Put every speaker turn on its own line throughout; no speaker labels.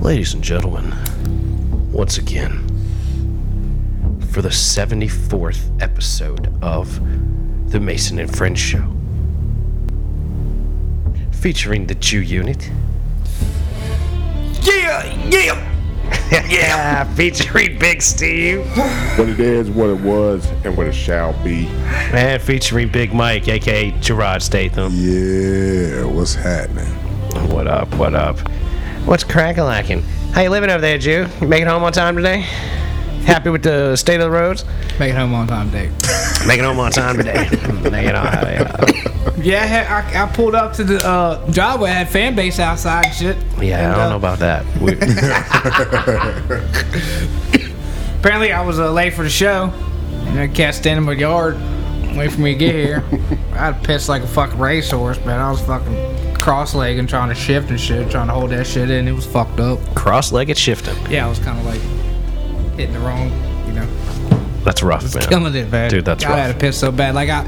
Ladies and gentlemen, once again, for the 74th episode of The Mason and Friends Show, featuring the Jew Unit.
Yeah, yeah.
Yeah, featuring Big Steve.
What it is, what it was, and what it shall be.
And featuring Big Mike, aka Gerard Statham.
Yeah, what's happening?
What up, what up? What's crackalacking? How you living over there, Jew? You making home on time today? Happy with the state of the roads?
Make it home on time, Dave.
Making home on time today. Making on, yeah.
Yeah, I, had, I, I pulled up to the uh, driveway. I had fan base outside and shit.
Yeah, I
And,
don't
uh,
know about that. We,
Apparently, I was uh, late for the show. And that cat standing in my yard, waiting for me to get here. I'd pissed like a fucking racehorse, man. I was fucking cross-legged trying to shift and shit, trying to hold that shit in. It was fucked up.
cross-legged shifting.
Yeah, I was kind of like hitting the wrong, you know.
That's rough, man.
killing it, man.
Dude, that's
God, I had
rough.
a piss so bad. Like I,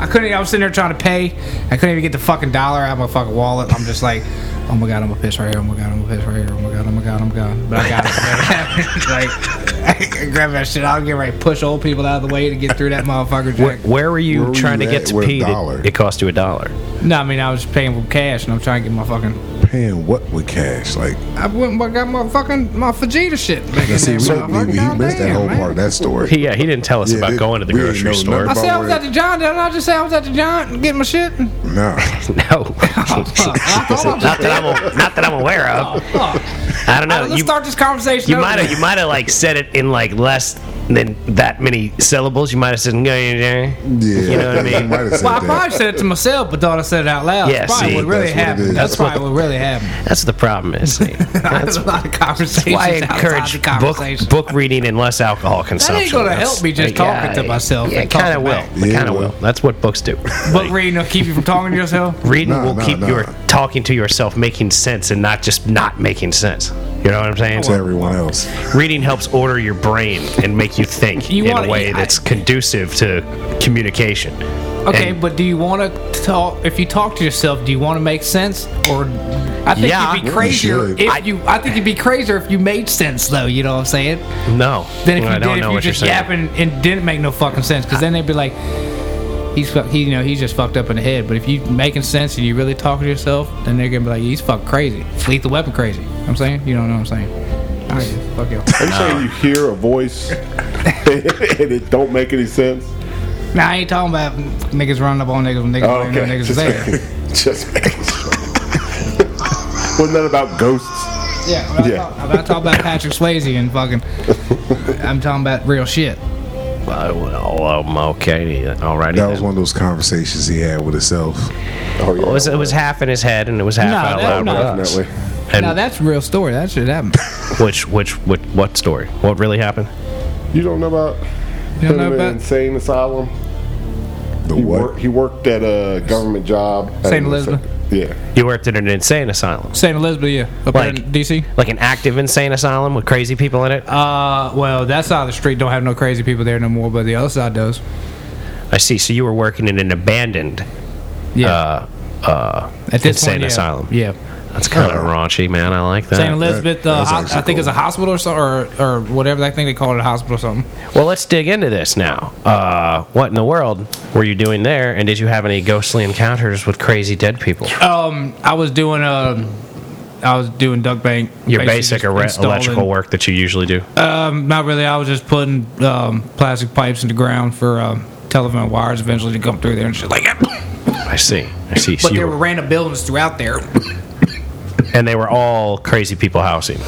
I couldn't. I was sitting there trying to pay. I couldn't even get the fucking dollar out of my fucking wallet. I'm just like, oh my god, I'm gonna piss right here. Oh my god, I'm gonna piss right here. Oh my god, oh my god, I'm god. But I got it. like, I grab that shit. I'll get right. Push old people out of the way to get through that motherfucker.
Where,
Jack.
where were you
Where were
trying
you
to get
at
to
with a
pee?
dollar?
That it cost you a dollar.
No, I mean I was paying with cash, and I'm trying to get my fucking.
Paying what with cash? Like,
I went and got my fucking my Vegeta shit. Back in
see,
there,
we, we,
motherfucker.
we
God
missed that
damn,
whole
man.
part of that story.
He, yeah, he didn't tell us
Yeah,
about
they-
going to the
we didn't
grocery
know
store.
I
nothing
said I was
About
at the John. Didn't I just say I was at the John getting my shit?
No.
No,
fuck. I- I
not,
don't
that I'm, a- not that I'm aware of.
Fuck.
I don't know.
Let's
you
start this conversation.
you
over.
might have you might have like said it in like less than that many syllables. You might have said yeah,
Yeah.
You know what I mean?
might have said
Well, I
that.
probably said it to myself, but thought I said it out loud.
Yeah,
That's probably
see,
what really
that's what it
happened.
is.
That's,
That's
what
probably what, really happened.
That's the problem. Is see.
That's a lot of conversations.
why I
outside
encourage
the conversation.
book book reading and less alcohol consumption.
gonna
That's-
help me just talking to myself
Yeah,
and
kind of
talking
will.
back.
It
Yeah,
kind of
well.
will. That's what books do.
Book reading will keep you from talking to yourself.
Reading
Nah,
will
nah,
keep
nah.
your talking to yourself making sense and not just not making sense. You know what I'm saying?
to everyone else.
Reading helps order your brain and make you think
You
in
wanna-
a way
I-
that's conducive to communication.
Okay,
And-
but do you want to talk? If you talk to yourself, do you want to make sense, or I think
Yeah.
you'd be
You
crazier
should.
if
I-
you. I think you'd be crazier if you made sense, though. You know what I'm saying?
no.
Then if
I
you
don't
did,
know
if you
what
just
you're saying.
yapping and didn't make no fucking sense, because then they'd be like, he's fuck, he, you know, he's just fucked up in the head. But if you making sense and you really talking to yourself, then they're gonna be like, he's fucked crazy, lethal weapon crazy. I'm saying, you don't know what I'm saying. All right, fuck y'all.
Are you saying you hear a voice and it don't make any sense?
Nah, I ain't talking about niggas running up on niggas when niggas
Oh,
ain't no niggas is
Just,
there.
just Wasn't that about ghosts?
Yeah, I'm
Yeah.
yeah. Talk, I'm not talking about Patrick Swayze and fucking. I'm talking about real shit.
Uh, well, um, okay. Alrighty.
That was
then.
one of those conversations he had with himself.
Oh, yeah.
it was it was half in his head and it was half
No,
out
that-
loud
no.
with us.
Definitely.
And
Now that's a real story. That shit happened.
which, which which what story? What really happened?
You don't know about
You
him
don't know
in
about
insane asylum?
The
He,
what?
worked, he worked at a government job. at
St.
an
Elizabeth.
insa- Yeah.
You worked at an insane asylum.
Saint Elizabeth, yeah, up
Like-
in D.C.
Like an active insane asylum with crazy people in it.
Uh, well, that side of the street don't have no crazy people there no more, but the other side does.
I see. So you were working in an abandoned
Yeah.
uh, uh,
At this
insane
point, yeah.
asylum. Uh,
Yeah.
That's kind of raunchy, man. I like that.
St. Elizabeth,
that
uh,
was
hos-
actually
I think it's a hospital or, so, or or whatever. I think they call it a hospital or something.
Well, let's dig into this now. Uh, what in the world were you doing there, and did you have any ghostly encounters with crazy dead people?
Um, I was doing um, I was doing duck bank.
Your
basically
basic
just
ele-
installing-
electrical work that you usually do.
Um, not really. I was just putting um, plastic pipes in the ground for um, telephone wires eventually to come through there and shit like that.
I see. I see. So
But
you
there
were-
were random buildings throughout there.
and they were all crazy people housing.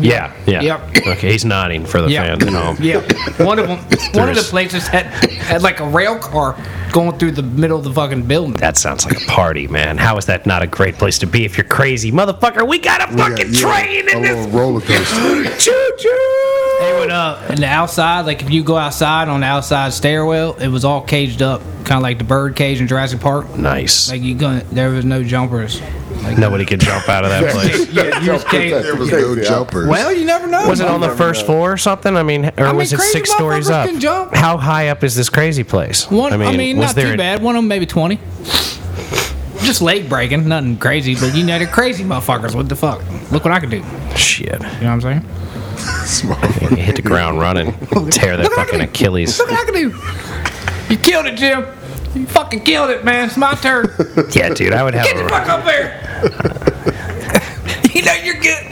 yeah. Yeah.
Yep.
Okay. He's nodding for the
Yeah.
fans at home.
Yeah, one of them. One of the
There's-
places had, had like a rail car going through the middle of the fucking building.
That sounds like a party, man. How is that not a great place to be if you're crazy, motherfucker? We got a
Yeah,
fucking
yeah,
train
a
in
little
this
roller coaster.
choo choo.
They would uh in the outside, like if you go outside on the outside stairwell, it was all caged up, kind of like the bird cage in Jurassic Park.
Nice.
Like you gonna, there was no jumpers.
Nobody could jump out of that place.
Yeah, you just caged-
There was no jumpers.
Well, you never know.
Was it on the first floor or something? I mean, or
mean,
was it
crazy
six stories
motherfuckers
up?
can jump.
How high up is this crazy place?
one, I mean, not too
a-
bad. One of them maybe twenty. Just leg breaking, nothing crazy, but you know they're crazy motherfuckers. What the fuck? Look what I can do. You know
Shit.
what I'm saying?
You hit the ground running, tear that
Look what I
fucking
can do.
Achilles.
Look what I can do. You killed it, Jim. You fucking killed it, man. It's my turn.
Yeah, dude, I would have
Get the
a
fuck up there. you know you're good.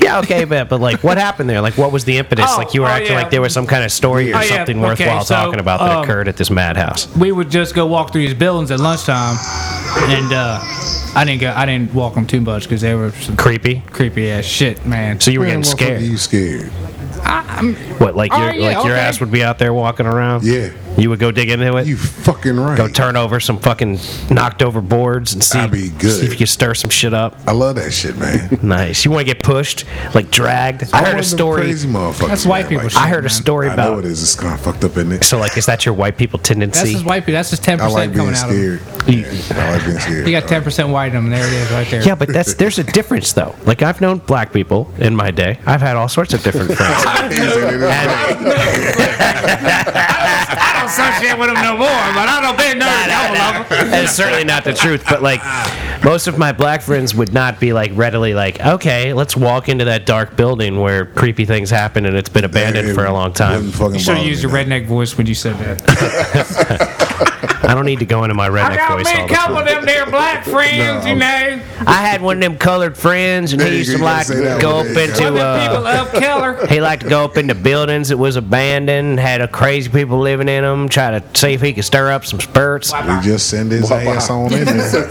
Yeah, okay, but but like, what happened there? Like, what was the impetus?
Oh,
like, you were
oh,
acting
yeah.
like there was some kind of story or
Oh, yeah,
something
okay,
worthwhile
so,
talking about that
um,
occurred at this madhouse.
we would just go walk through these buildings at lunchtime, and uh, I didn't go. I didn't walk them too much because they were some
Creepy.
creepy ass shit, man.
So you were
Man,
getting
what the fuck are
scared.
You scared?
What? Like your
Oh, yeah,
like your
okay.
ass would be out there walking around.
Yeah.
You would go dig into it.
You fucking right.
go turn over some fucking knocked over boards and see,
That'd be good.
see if you stir some shit up.
I love that shit, man.
Nice. You want to get pushed, like dragged? I
All
heard a
of them
story.
Crazy motherfuckers.
That's white
man,
people
like,
shit.
I heard a
man.
story
I know it
about.
is. It's kind of fucked up in it.
So like, is that your white people
That's
tendency?
just white people. That's just ten
I like
percent
being
coming out of them.
scared. Yeah, I like being scared.
You got ten percent white in them. There it is, right there.
Yeah, but that's there's a difference though. Like I've known black people in my day. I've had all sorts of different friends.
I don't associate with them no more, but I don't been no
That's certainly not the truth, but like most of my black friends would not be like readily like, okay, let's walk into that dark building where creepy things happen and it's been abandoned for a long time.
You should have used your redneck voice when you said that.
I don't need to go into my
I
redneck
got
voice
me
all
a
the
couple
time.
of them there black friends, you know.
I had one of them colored friends and
There
he
you
used to
go, you gotta
like
say that
go
one.
up
There you go.
into
people
uh,
of color.
he liked to go up into buildings that was abandoned, had a crazy people living in them, try to see if he could stir up some spirits.
We just send his ass on in there.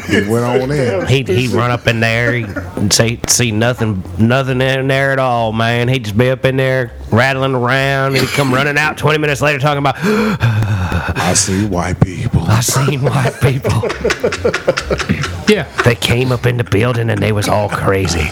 He went on in.
He'd, he'd run up in there and see, see nothing nothing in there at all, man. He'd just be up in there rattling around. He'd come running out 20 minutes later talking about,
I see white people.
I seen white people.
Yeah.
They came up in the building and they was all crazy.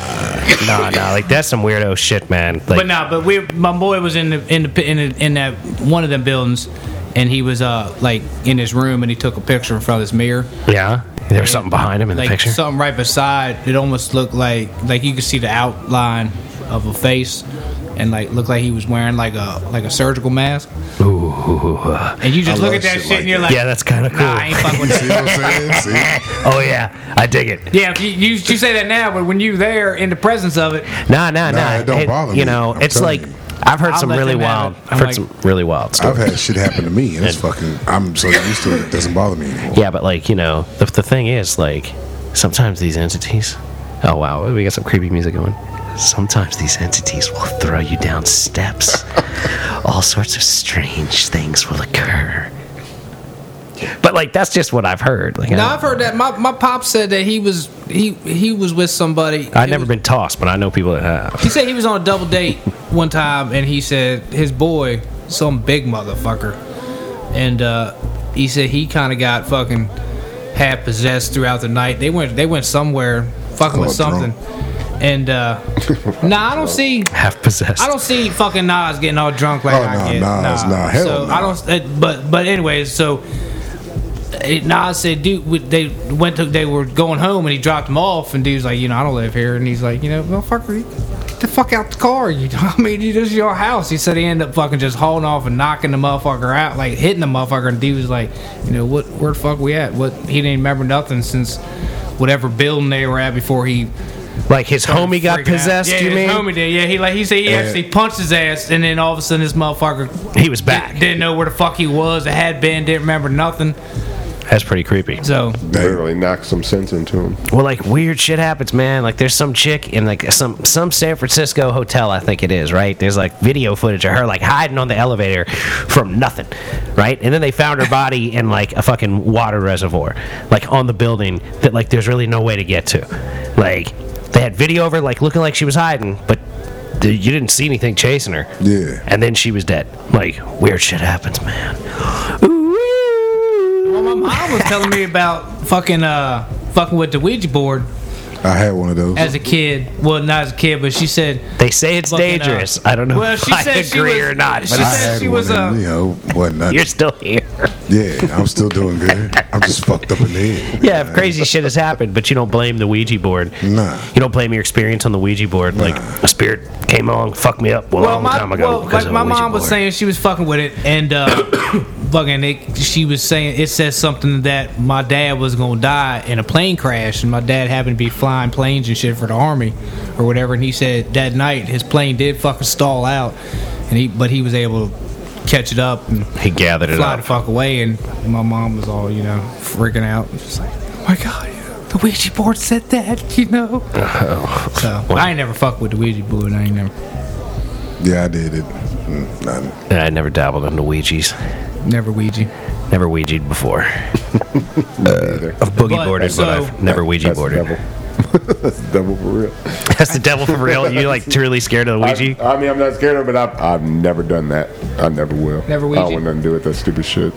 Nah, nah, like that's some weirdo shit, man. Like,
But no, but we, my boy was in the in the in, the, in that one of them buildings, and he was uh like in his room, and he took a picture in front of this mirror,
yeah, there was something behind him in the
like
picture.
something right beside. It almost looked like like you could see the outline of a face, and like looked like he was wearing like a like a surgical mask. And you
I
just look
love
at that
shit
shit,
like
and you're
that.
like,
yeah, that's kind of cool.
nah, I ain't fucking with
You
that.
know what I'm saying? See?
oh, yeah, I dig it.
Yeah, if you, you you say that now, but when you there in the presence of it,
Nah, nah, nah.
Nah, it don't bother
You
me.
know,
I'm
it's
telling
like,
you.
I've heard
I'll
some
let
really
them
wild,
have it. I'm
I've heard
like-
some really wild stuff.
I've had shit happen to me, and it's fucking. I'm so used to it, it doesn't bother me anymore.
Yeah, but like you know, the, the thing is like sometimes these entities. Oh wow, we got some creepy music going. Sometimes these entities will throw you down steps. All sorts of strange things will occur. But like that's just what I've heard. Like
Now
I,
I've heard that my, my pop said that he was he he was with somebody.
I've never
It was-
been tossed, but I know people that have.
He said he was on a double date one time, and he said his boy, some big motherfucker, and uh, he said he kind of got fucking half possessed throughout the night. They went they went somewhere fucking with
Oh, drunk.
something, and uh, nah, I don't see.
Half possessed.
I don't see fucking Nas getting all drunk like
Oh,
I
no,
get.
Nas,
nah,
nah, hell
so
no.
I don't. It, but but anyways, so it, Nas said, dude, we- they went to they were going home and he dropped him off and dude's like, you know, I don't live here and he's like, you know, motherfucker, get the fuck out the car. You, know, I mean, you- this is your house. He said he ended up fucking just hauling off and knocking the motherfucker out, like hitting the motherfucker. And dude was like, you know, what where the fuck we at? What he didn't remember nothing since whatever building they were at before he
like his homie got
freaking out.
possessed.
Yeah,
you mean?
his homie did. Yeah, he like he said he
Yeah.
actually punched his ass, and then all of a sudden this motherfucker
He was back.
Didn't, didn't know where the fuck he was. It had been. Didn't remember nothing.
That's pretty creepy.
So
Literally knocked some sense into him.
Well, like weird shit happens, man. Like there's some chick in like some some San Francisco hotel, I think it is, right? There's like video footage of her like hiding on the elevator from nothing, right? And then they found her body in like a fucking water reservoir, like on the building that like there's really no way to get to. Like they had video of her like looking like she was hiding, but th- you didn't see anything chasing her.
Yeah.
And then she was dead. Like weird shit happens, man.
well, my mom was telling me about fucking uh fucking with the Ouija board
I had one of those.
as a kid. Well, not as a kid, but she said
They say it's
Fucking, uh,
dangerous. I don't know
well,
if
she
I
said she
agree
was-
or not.
she
But
I
I-
said
had
she
one,
was,
and,
uh,
you know, wasn't nothing.
you're still here.
Yeah, I'm still doing good. I'm just fucked up in the head.
Yeah, if crazy shit has happened, but you don't blame the Ouija board.
Nah.
You don't blame your experience on the Ouija board. Like, a spirit came along, fucked me up a
Well,
long
my,
time ago.
well,
because
like
of
my
a Ouija
mom was
board.
saying, she was fucking with it, and uh, fucking it, she was saying it says something that my dad was gonna die in a plane crash, and my dad happened to be flying planes and shit for the army or whatever, and he said that night his plane did fucking stall out, and he but he was able to catch it up and
He gathered it
fly the
up.
fuck away, and my mom was all you know freaking out, just like oh my god. you know, The Ouija board said that, you know.
Oh.
So I ain't never fucked with the Ouija board. I ain't never,
Yeah, I did it. Mm, I-
I never dabbled into Ouija's.
never Ouija.
Never Ouija'd before.
Uh,
I've boogie
But-
boarded,
so-
but I've never Ouija
That's
boarded.
double. That's double for real.
That's the devil for real. You like truly scared of the
I,
Ouija?
I mean, I'm not scared of it, but I've, I've never done that. I never will.
Never
I
Ouija?
don't want nothing to do with that stupid shit.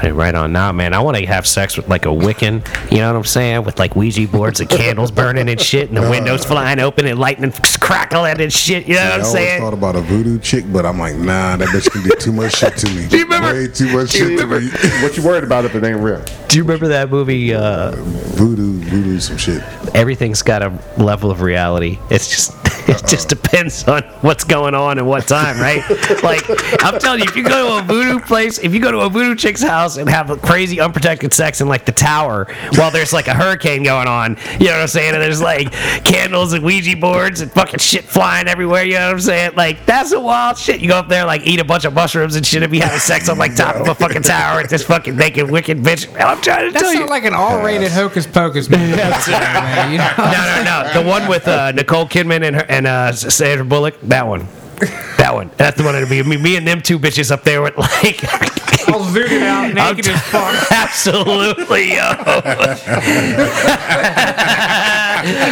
Hey, right on now, man. I want to have sex with like a Wiccan. You know what I'm saying? With like Ouija boards and candles burning and shit, and the windows flying open and lightning crackling and shit. You know what
I
I'm
always
saying?
thought about a voodoo chick, but I'm like, nah, that bitch can do too much shit to me.
you remember-
Way too much shit to me.
what you worried about if it ain't real?
Do you remember that movie? Uh,
Voodoo, voodoo, some shit.
Everything's got a level of reality. It's just. It just depends on what's going on and what time, right? like I'm telling you, if you go to a voodoo place, if you go to a voodoo chick's house and have crazy unprotected sex in like the tower while there's like a hurricane going on, you know what I'm saying? And there's like candles and Ouija boards and fucking shit flying everywhere, you know what I'm saying? Like that's some wild shit. You go up there like eat a bunch of mushrooms and shit and be having sex on like top of a fucking tower at this fucking naked wicked bitch. I'm trying to
That
tell you.
sounds like an R-rated hocus pocus movie. That's it, man. You know?
no, no, no. The one with uh, Nicole Kidman and her, and uh, Sandra Bullock. That one. That one. That's the one it'll be. Me, me and them two bitches up there with like.
All zooted out,
I'm
naked
t-
as fuck.
Absolutely, yo.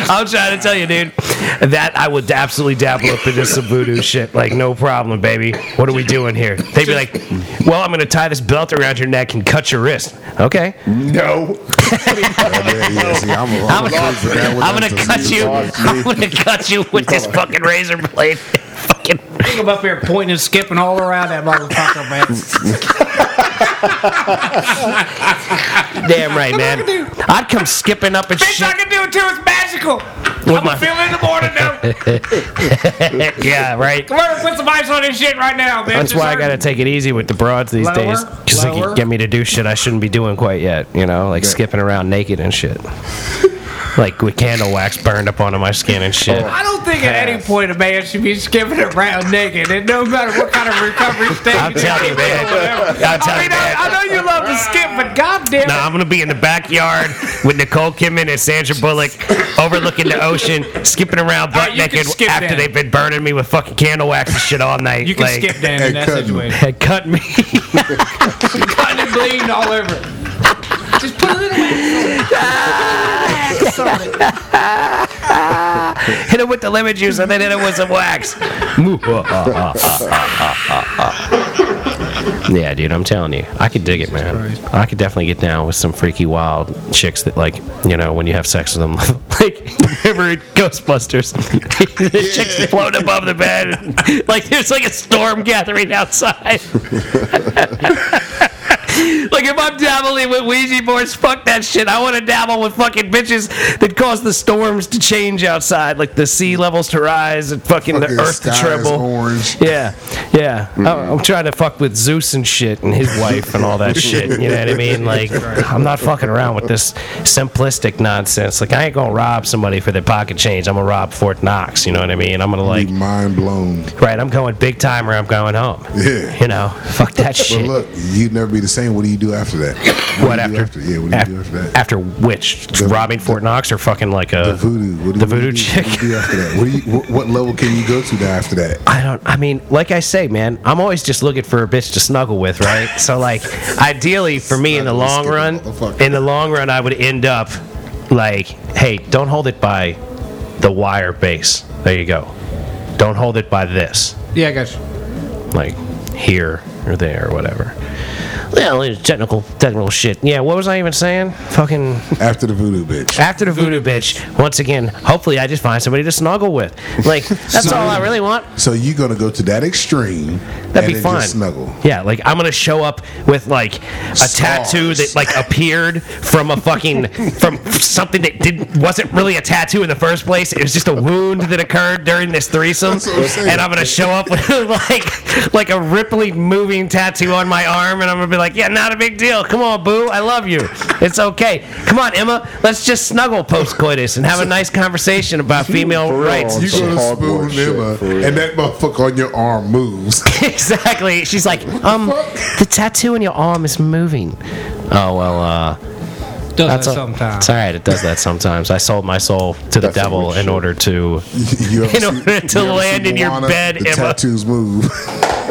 I'm trying to tell you, dude. That I would absolutely dabble up into some voodoo shit. Like, no problem, baby. What are we doing here? They'd be like, well, I'm going to tie this belt around your neck and cut your wrist. Okay.
No.
Yeah, yeah, see, I'm, a,
I'm
I'm, a
gonna,
crazy guy with
I'm
that
gonna
stuff.
cut you.
lost
I'm gonna cut you with this fucking razor blade. fucking.
Think I'm up here pointing and skipping all around that motherfucker, man.
Damn right, man. I'd come skipping up and
Bitch, I
shit.
can do it too. It's magical.
With
I'm
my-
going feeling in the morning now.
yeah, right.
Come on, put some ice on this shit right now, man.
That's why I gotta take it easy with the broads these
Lower,
days. Because they
lower.
can get me to do shit I shouldn't be doing quite yet. You know, like skipping around naked and shit. Like with candle wax burned up onto my skin and shit.
I don't think at any point a man should be skipping around naked, and no matter what kind of recovery stage.
I'm telling you, man. I'm
Whatever.
telling
I
you,
mean, I,
man.
I know you love to skip, but goddamn,
No, I'm gonna be in the backyard with Nicole Kidman and Sandra Bullock, overlooking the ocean, skipping around
All
butt
right, Oh, you can
naked
skip
after
then.
they've been burning me with fucking candle wax and shit all night.
you can
like,
skip Dan
and
in that
cut 'em.
situation.
Had cut me.
Cutting and bleeding all over. Just put a little wax on it. Put a little wax on it.
hit it with the lemon juice and then hit it with some wax. yeah, dude, I'm telling you, I could dig it, man. I could definitely get down with some freaky wild chicks that, like, you know, when you have sex with them, like remember in Ghostbusters, the chicks floating above the bed, like there's like a storm gathering outside. Like if I'm dabbling with Ouija boards, fuck that shit. I want to dabble with fucking bitches that cause the storms to change outside, like the sea levels to rise and fucking,
Fucking
the earth to
Mm. sky is Mm.
tremble.
orange.
Yeah, yeah. I'm, I'm trying to fuck with Zeus and shit and his wife and all that shit. You know what I mean? Like I'm not fucking around with this simplistic nonsense. Like I ain't gonna rob somebody for their pocket change. I'm gonna rob Fort Knox. You know what I mean? I'm gonna like.
Be mind blown.
Right, I'm going big time or I'm going home.
Yeah.
You know, fuck that
But
shit.
look, you'd never be the same. What do you do after that? What,
What
do you do
after?
Yeah, what do you
af-
do after that?
after which?
The-
robbing Fort Knox or fucking like a
the voodoo. What do
the
you
voodoo
do,
chick?
What do you do after that? What, do you, what, what level can you go to now after that?
I don't. I mean, like I say, man, I'm always just looking for a bitch to snuggle with, right? so, like, ideally for me, in the
Snuggle,
long
skip it,
run,
motherfucker.
in the long run, I would end up like, hey, don't hold it by the wire base. There you go. Don't hold it by this.
Yeah, I got you.
like here or there or whatever. Well, it's technical technical shit. Yeah, what was I even saying? Fucking
After the voodoo bitch.
after the voodoo bitch. Once again, hopefully I just find somebody to snuggle with. Like that's all I really want.
So you're gonna go to that extreme and
That'd be
then
fun.
just snuggle.
Yeah, like I'm gonna show up with like a tattoo that like appeared from a fucking from something that didn't wasn't really a tattoo in the first place. It was just a wound that occurred during this threesome,
That's what I'm saying.
and I'm gonna show up with like like a Ripley moving tattoo on my arm, and I'm gonna be like, yeah, not a big deal. Come on, boo. I love you. It's okay. Come on, Emma. Let's just snuggle post coitus and have a nice conversation about female
For real.
rights.
You
Some
go to
hardcore
spoon
shit,
Emma,
for real.
and that motherfucker on your arm moves.
exactly. She's like, um, the tattoo on your arm is moving. Oh, well, uh,
Does
that's
that
all-
sometimes.
It's all right. It does that sometimes. I sold my soul to the
That's some
devil
weird
in
shit.
order to.
You ever
In order to
you ever
land
see
in your
Moana?
bed,
the
Emma.
tattoos move.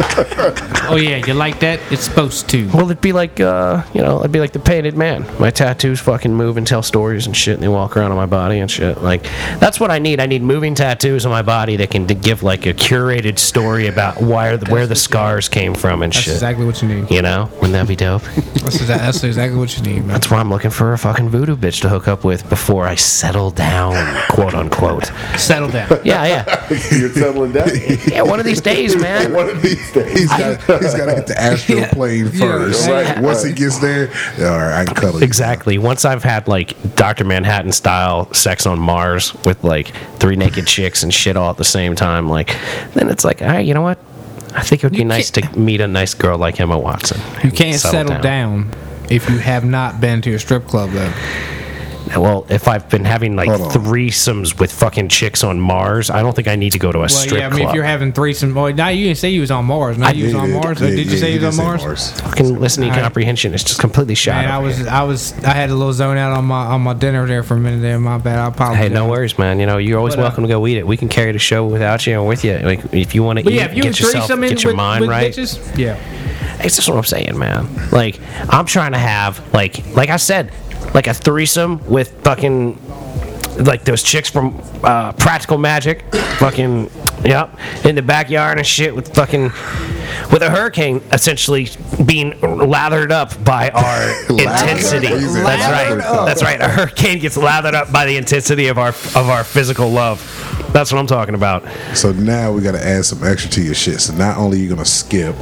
Oh yeah, you like that? It's supposed to.
Well, it'd be like, uh, you know, it'd be like the painted man. My tattoos fucking move and tell stories and shit, and they walk around on my body and shit. Like, that's what I need. I need moving tattoos on my body that can d- give like a curated story about why the, where the scars came from and
That's
shit.
exactly what you need.
You know, wouldn't that be dope?
That's, exa- that's exactly what you need, man.
That's why I'm looking for a fucking voodoo bitch to hook up with before I settle down, quote unquote.
Settle down.
Yeah, yeah,
You're settling down.
yeah. One of these days, man.
One of these days.
He's got to hit the astral
Yeah.
plane
Yeah,
first.
right,
Once he
right.
gets there, all right, I can cuddle you.
Exactly. Once I've had like Dr. Manhattan style sex on Mars with like three naked chicks and shit all at the same time, like then it's like, all right, you know what? I think it would be nice to meet a nice girl like Emma Watson.
You can't settle, down. if you have not been to a strip club though.
Well, if I've been having like
Hold on.
threesomes with fucking chicks on Mars, I don't think I need to go to a
Well,
strip
yeah, I mean,
club.
if you're having threesome, boy, now you didn't say you was on Mars. Now you was on
Yeah,
Mars.
yeah,
Did you
yeah,
say you
did
was
say
on Mars?
fucking listening
Alright.
comprehension is just completely shot.
Man, I
over
was,
here.
I was, I had a little zone out on my on my dinner there for a minute there. My bad. I apologize.
Hey, no worries, man. You know you're always
But, uh,
welcome to go eat it. We can carry the show without you and with you. Like if you want to
But
eat,
yeah, if you
get yourself,
threesome in
get your
with,
mind
with
right.
bitches, yeah,
That's just what I'm saying, man. Like, I'm trying to have like, like I said, like a threesome with fucking, like those chicks from uh, Practical Magic, fucking, yep, in the backyard and shit with fucking, with a hurricane essentially being lathered up by our intensity.
Jesus.
That's
Lathered
right.
up.
That's right. A hurricane gets lathered up by the intensity of our of our physical love. That's what I'm talking about.
So now we got to add some extra to your shit. So not only you going to skip,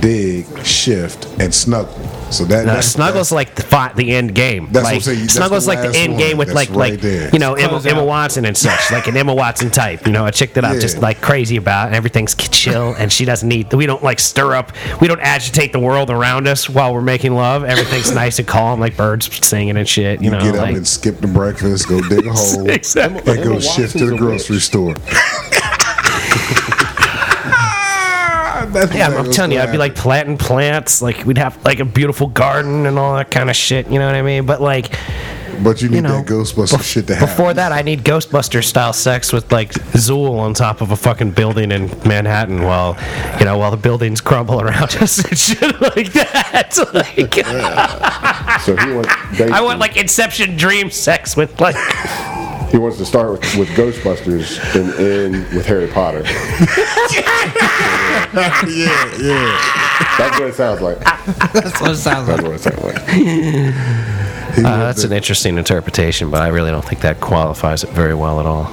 dig, shift, and snuggle. So that
No,
that's-
Snuggle's like the fi- the end game.
That's what
like,
I'm saying. That's
Snuggle's
the
like the
last
end
one.
game with
That's
like
right
like
there.
you know Emma,
Close
Emma
out.
Watson and such, like an Emma Watson type. You know, a chick that I'm
Yeah.
just like crazy about, and everything's k- chill, and she doesn't need. We don't like stir up. We don't agitate the world around us while we're making love. Everything's nice and calm, like birds singing and shit. You,
you
know,
get up
like,
and skip the breakfast, go dig a hole,
Exactly.
and go
Emma
shift to
Watson's
the
a
grocery store.
Yeah, I'm telling you, I'd be like planting plants. Like we'd have like a beautiful garden and all that kind of shit. You know what I mean? But like.
But you need
you know,
that Ghostbuster shit to happen.
Before that, I need Ghostbuster style sex with like Zool on top of a fucking building in Manhattan while you know while the buildings crumble around us and shit like that. Like,
So he wants.
I want like Inception dream sex with like
He wants to start with, with Ghostbusters and end with Harry Potter.
yeah, yeah.
That's what it sounds like. That's
that's what it sounds like.
what it sounds like.
He
Uh,
wants
that's an interesting interpretation, but I really don't think that qualifies it very well at all.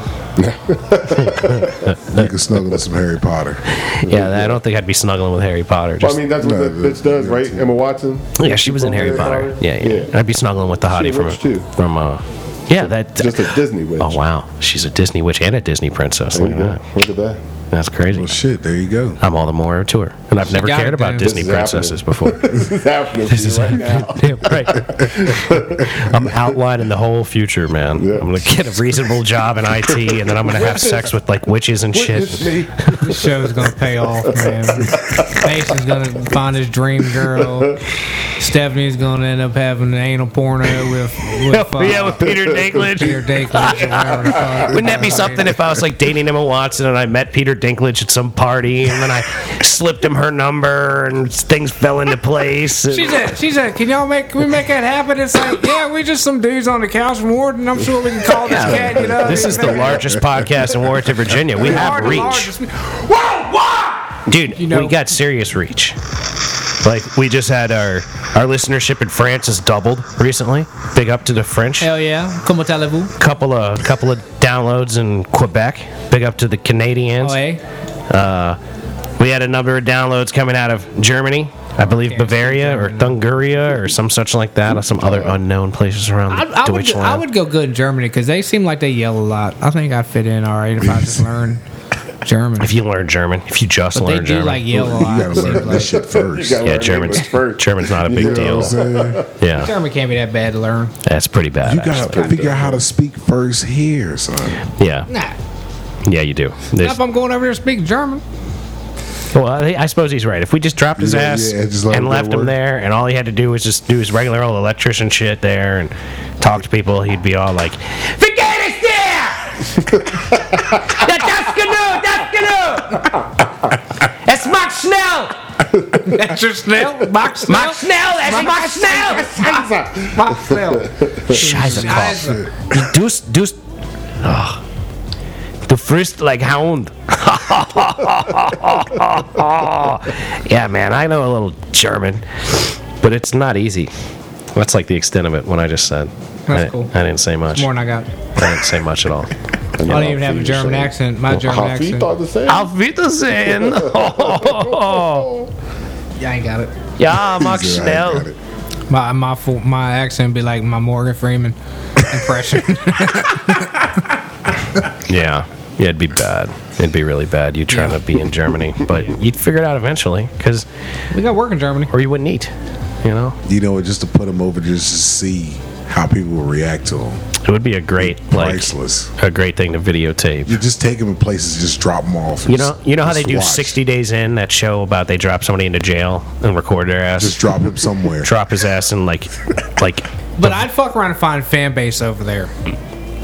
to- you can snuggle with some Harry Potter.
Yeah, I don't think I'd be snuggling with Harry Potter.
Well, I
Just,
mean, that's what
No,
that bitch does, right? Emma Watson.
yeah, she was in Harry Potter. Yeah, yeah, I'd be snuggling with the hottie
rich,
from
too.
from uh, yeah, that.
Just a Disney witch.
Oh wow, she's a Disney witch and a Disney princess.
There
Look
you
at
go.
that.
Look at that.
That's crazy.
Well, shit, there you go.
I'm all the more to her. And I've never
got
cared
it,
about
dude.
Disney
This is
princesses before.
This is happening to you right now.
Yeah, right. I'm outlining the whole future, man.
Yeah.
I'm gonna get a reasonable job in IT, and then I'm gonna have sex with like witches and shit.
This show's gonna pay off, man. Mason's gonna find his dream girl. Stephanie's gonna end up having an anal porno with, with uh,
yeah, with Peter
Peter
Dinklage.
Dinklage or whatever the fuck.
Wouldn't that be something if I was like dating Emma Watson and I met Peter Dinklage at some party, and then I slipped him her number, and things fell into place? and-
She said, "She said, can y'all make can we make that happen?" It's like, yeah, we just some dudes on the couch from Warden. I'm sure we can call this cat. You know,
this is the largest podcast in Warrenton, Virginia. We have reach. Dude,
know-
we got serious reach. Like we just had our our listenership in France has doubled recently. Big up to the French.
Hell yeah! Comment allez-vous?
Couple of couple of downloads in Quebec. Big up to the Canadians.
Oh, hey.
We had a number of downloads coming out of Germany. I believe Bavaria or Thungaria or some such like that, or some other unknown places around
I, I, would,
Deutschland.
I would go good in Germany because they seem like they yell a lot. I think I'd fit in all right if I just learn German.
If you learn German, if you just
But
learn
they do
German,
like yell a
You
lot.
gotta
it seems
learn
like.
that shit first.
You gotta
yeah,
You
learn
German's
English first.
German's not a big
know
deal.
what I'm saying?
Yeah,
German can't be that bad to learn.
that's pretty bad.
You gotta figure out how to speak first here, son.
yeah,
Nah.
yeah, you do. There's-
If I'm going over there to speak German,
Well, I, I suppose he's right. If we just dropped his
Yeah,
ass
yeah, just let
and
him
left
go
him
work.
there, and all he had to do was just do his regular old electrician shit there and talk to people, he'd be all like, "Forget it's there! The Tuscaloo, Tuscaloo! It's Mark Schnell!
that's your snail. Box snail.
Mark Schnell! It's Mark Schnell!
Box snail. uh,
Scheiße,
Scheiße.
du, du, du frisst Ah. like hound. yeah, man, I know a little German, but it's not easy. That's like the extent of it. When I just said, I,
That's
di-
cool.
I didn't say much.
More than I got.
I didn't say much at all.
I
don't even have a German accent. My German accent.
thought the same.
Auf Wiedersehen.
Yeah, I ain't got it.
yeah, Mark
He's like, "I got
Schnell.
it."
My my full, my accent be like my Morgan Freeman impression.
Yeah. Yeah, it'd be bad. It'd be really bad. You trying to be in Germany, but you'd figure it out eventually, because
we got work in Germany.
or you wouldn't eat. You know.
You know, what, just to put him over just to see how people will react to him.
It would be a great like
Priceless.
a great thing to videotape.
You just take him in places, just drop him off. and
You know,
just-
you know how
just
they do
watch.
60 days in that show about they drop somebody into jail and record their ass,
Just drop him somewhere.
drop his ass and like, like,
But I'd fuck around and find a fan base over there.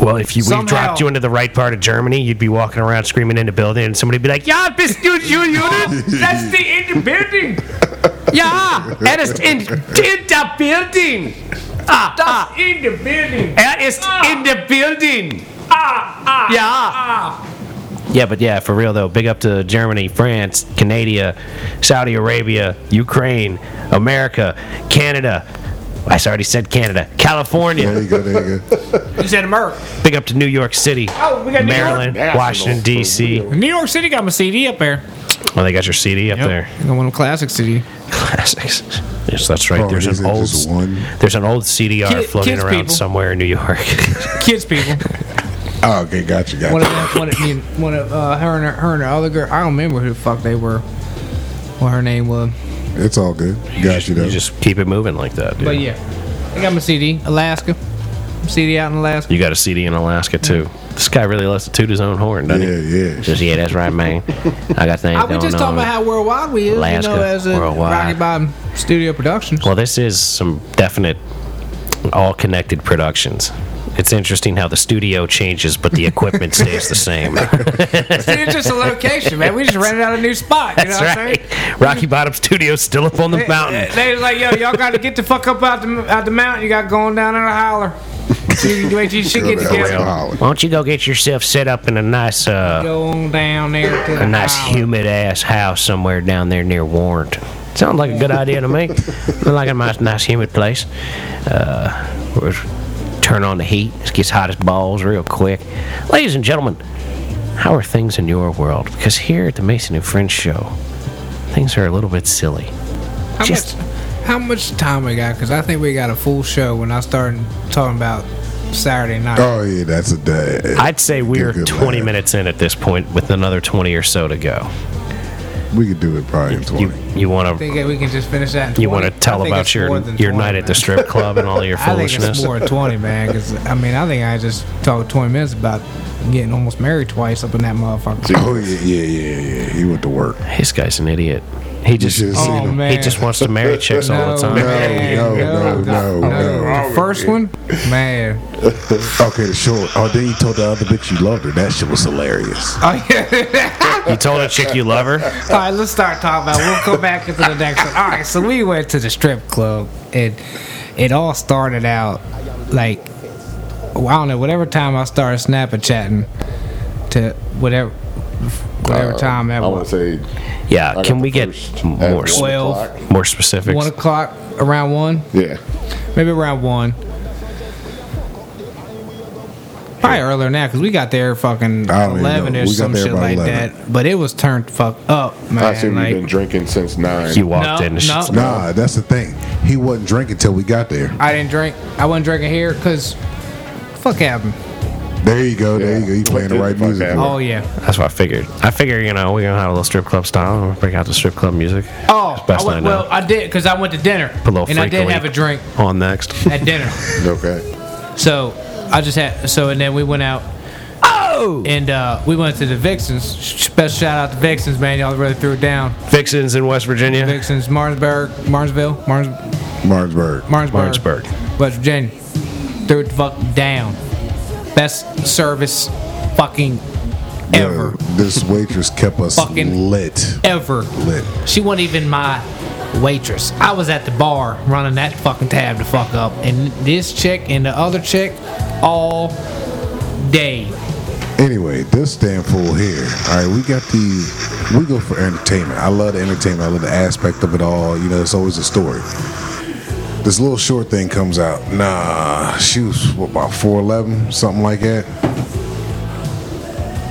well, if you we
Somehow-
dropped you into the right part of Germany, you'd be walking around screaming in the building, and somebody'd be like, "Yeah, bist du Junior?
That's the in the building.
Ja, er ist in, in der building. Ah, ah,
In the building.
er ist in the building. Ah, ah, yeah." Yeah, but yeah, for real though, big up to Germany, France, Canada, Saudi Arabia, Ukraine, America, Canada. I already said Canada,
There
California.
you go, there you go.
You said America.
Big up to New York City,
Oh, we got New York.
Maryland,
National
Washington
for
D.C.
real.
New York City got my CD up there.
Well, they got your CD up there.
I got one of them classic CD.
Classics. Yes, that's right.
Oh,
there's
is
an
it
old,
just one?
there's an old CDR
Kid-
floating
kids
around
people.
somewhere in New York.
Kids people.
Oh, okay, gotcha, gotcha.
One of them, one of, me and- one of uh, her and her, her and the other girl. I don't remember who the fuck they were. What her name was.
It's all good. Got you though.
you just keep it moving like that. Dude.
But yeah, I got my CD. Alaska. CD out in Alaska.
You got a CD in Alaska too. This guy really loves to toot his own horn, doesn't
yeah,
he?
yeah.
Says, yeah, that's right, man. I got things
I
going
was just
on.
talking about how worldwide we is,
Alaska,
you know, as a
worldwide.
Rocky Bottom Studio Productions.
well, this is some definite, all connected productions. It's interesting how the studio changes, but the equipment stays the same.
it's just a location, man. We just rented out a new spot. You know
That's
what I'm
right.
saying?
Rocky Bottom Studios still up on the mountain.
They was like, yo, y'all got to get the fuck up out the out the mountain. You got going down in a holler. You wait, till you should get
Go down.
together.
Why don't you go get yourself set up in a nice, uh,
Go on down there to
a nice
holler.
humid ass house somewhere down there near Warrant? Sounds like a good idea to me. I like a nice, nice humid place. Uh, turn on the heat. It gets hot as balls real quick. Ladies and gentlemen, how are things in your world? Because here at the Mason and French show, things are a little bit silly.
How
Just-
much, how much time we got? Because I think we got a full show when I started talking about Saturday night.
Oh yeah, that's a dad.
I'd say we're
Good, good
20
lad.
minutes in at this point with another 20 or so to go.
We could do it probably in
You,
twenty.
you want
I
to
think we can just finish that. In
you
20.
want to tell
I think
about
it's
your
more than
your
20,
night at the
man.
strip club and all your
I think it's
foolishness?
more than 20, man. Because, I mean, I think I just talked 20 minutes about getting almost married twice up in that motherfucker.
Oh yeah, yeah, yeah, yeah. He went to work.
This guy's an idiot. He just
should've seen
Oh,
him.
man.
he just wants to marry chicks all the time.
man.
No, no, no, no,
The first one, man.
Okay, sure. Oh, then you told the other bitch you loved her. That shit was hilarious.
Oh, yeah.
You told a chick you love her.
All right, let's start talking about. We'll go back into the next one. All right, so we went to the strip club, and it all started out like well, I don't know. Whatever time I started snapping chatting to whatever, whatever
Uh,
time that
I want
was,
to say I
Yeah,
got
can we
the
get
first at
more
one
sp-
Twelve.
o'clock.
more specifics?
one o'clock around one.
Yeah.
maybe around one. Probably earlier now because we got there fucking
I don't even know.
eleven or
We got
some
there
shit
by
like
11.
that. But it was turned fuck up, man.
I assume
like,
you've been drinking since nine.
you walked
No,
in. And she's
no.
like,
Nah, that's the thing. He wasn't drinking till we got there.
I didn't drink. I wasn't drinking here because fuck happened.
There you go. There you go. You playing the
Get
right
the fuck
music.
out.
Oh yeah.
That's what I figured. I figure, you know, we're gonna have a little strip club style. We're gonna bring out the strip club music.
Oh,
Best
I went,
I know.
well, I did because I went to dinner
Put a little
and I
freak
did
away.
have a drink
on next.
at dinner.
Okay.
so I just had so and then we went out. Oh, and uh, we went to the Vixens. Special shout out to Vixens, man. Y'all really threw it down.
Vixens in West Virginia.
Vixens, Martinsburg, Martinsville, Martins,
Martinsburg.
Martinsburg,
Martinsburg.
West Virginia. Threw it the fuck down. Best service, fucking ever,
Yeah, this waitress kept us
Fucking-
lit.
ever.
Lit.
She wasn't even my waitress. I was at the bar running that fucking tab to fuck up, and this chick and the other chick all day.
Anyway, this damn fool here. All right, we got these. We go for entertainment. I love the entertainment. I love the aspect of it all. You know, it's always a story. This little short thing comes out. Nah, she was what, about four eleven, something like that.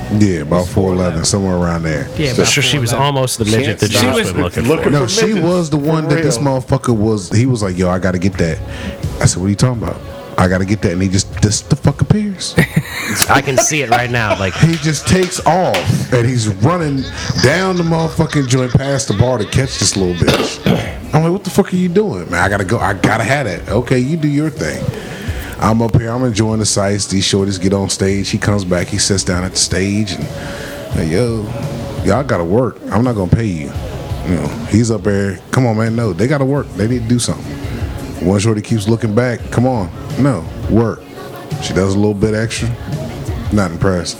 Yeah, about four eleven, somewhere around there.
Yeah,
So sure, she was almost the midget that
Can't
you
stop.
was been looking for.
Looking
No,
for
she
midgets,
was the
for
one that this
real.
motherfucker was. He was like, "Yo, I gotta get that." I said, "What are you talking about?" I gotta get that, and he just just the fuck appears.
I can see it right now. Like
He just takes off and he's running down the motherfucking joint past the bar to catch this little bitch. I'm like, what the fuck are you doing, man? I gotta go. I gotta have that. Okay, you do your thing. I'm up here. I'm enjoying the sights. These shorties get on stage. He comes back. He sits down at the stage and, hey, yo, y'all gotta work. I'm not gonna pay you. You know, he's up there. Come on, man. No, they gotta work. They need to do something. One shorty keeps looking back. Come on. No, work. She does a little bit extra. Not impressed.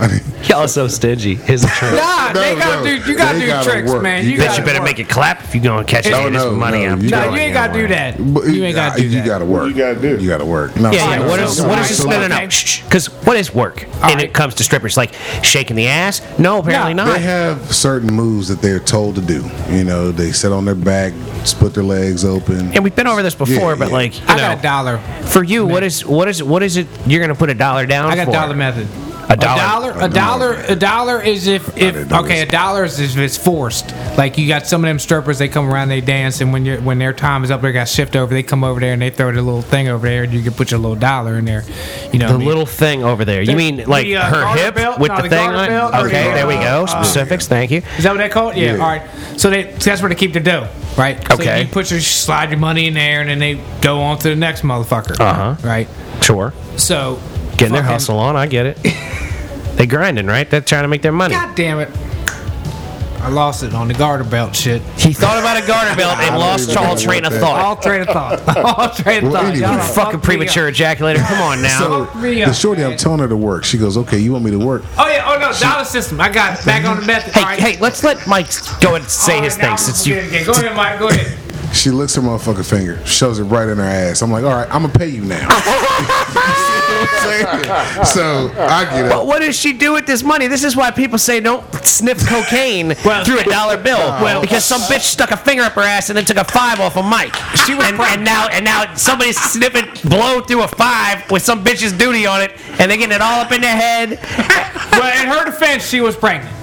I mean,
y'all so stingy. His insurance.
Nah, they
No,
gotta
no,
do. You gotta
they
do
gotta
tricks,
work.
man.
You
You
bet
Bet
gotta
you better
work.
make it clap if you gonna catch
No,
any of this
no,
money.
no,
I'm
you
No,
telling
you ain't gotta do that.
but
You ain't gotta do
You
that.
gotta work.
You gotta do.
You gotta work. No,
Yeah, yeah.
no,
What
no,
is
no,
what
no,
is this?
so-
No, no, no. Because what is work? and it comes to strippers, like shaking the ass. No, apparently
No,
not.
They have certain moves that they're told to do. You know, they sit on their back, split their legs open.
and we've been over this before,
Yeah,
but
yeah.
like you
I
know,
got a dollar.
for you, what is what is what is it? You're gonna put a dollar down.
I got
for?
dollar method.
A dollar.
A dollar. A dollar. A dollar is if
didn't
if
know
okay. A
this.
dollar is if it's forced. Like you got some of them strippers, they come around, they dance, and when you when their time is up, they got shift over. They come over there and they throw the little thing over there, and you can put your little dollar in there. You know. what I
The
mean?
little thing over there. You mean like
the, uh,
her
garter
hip
belt?
with
No,
the,
the
thing
garter
on?
belt or
okay,
the,
there we go.
uh,
Specifics. Thank you.
Is that what they call it? Yeah.
Yeah.
All right. So they so that's where they keep the dough, right? So
Okay.
you put your slide your money in there, and then they go on to the next motherfucker.
Uh-huh.
Right.
Sure.
So
Getting their
fucking-
hustle on. I get it. they grinding, right? They're trying to make their money.
God damn it! I lost it on the garter belt shit.
He thought about a garter belt
I
and
don't
lost
even know
Charles' train of
what that-
thought.
All train of thought. All train of
Well,
thought.
anyway.
Y'all
You
done
Fucking
fucked me
premature
up.
ejaculator. Come on now.
So
me up,
the shorty, I'm
man.
telling her to work. She goes, "Okay, you want me to work?"
Oh yeah. Oh no. Dollar system. I got it. back on the method.
hey,
All right.
hey, let's let Mike go and say
All right,
his
now
thing
I'm
since you.
gonna get it again. Go ahead, Mike. Go ahead.
She licks her motherfucking finger, shoves it right in her ass. I'm like, "All right, I'm gonna pay you now." You see what I'm saying? so I get up.
But what does she do with this money? This is why people say don't sniff cocaine through a dollar bill. Well, because some bitch stuck a finger up her ass and then took a five off of Mike. She was and, and now and now somebody's sniffing blow through a five with some bitch's duty on it, and they're getting it all up in their head.
Well, in her defense, she was pregnant.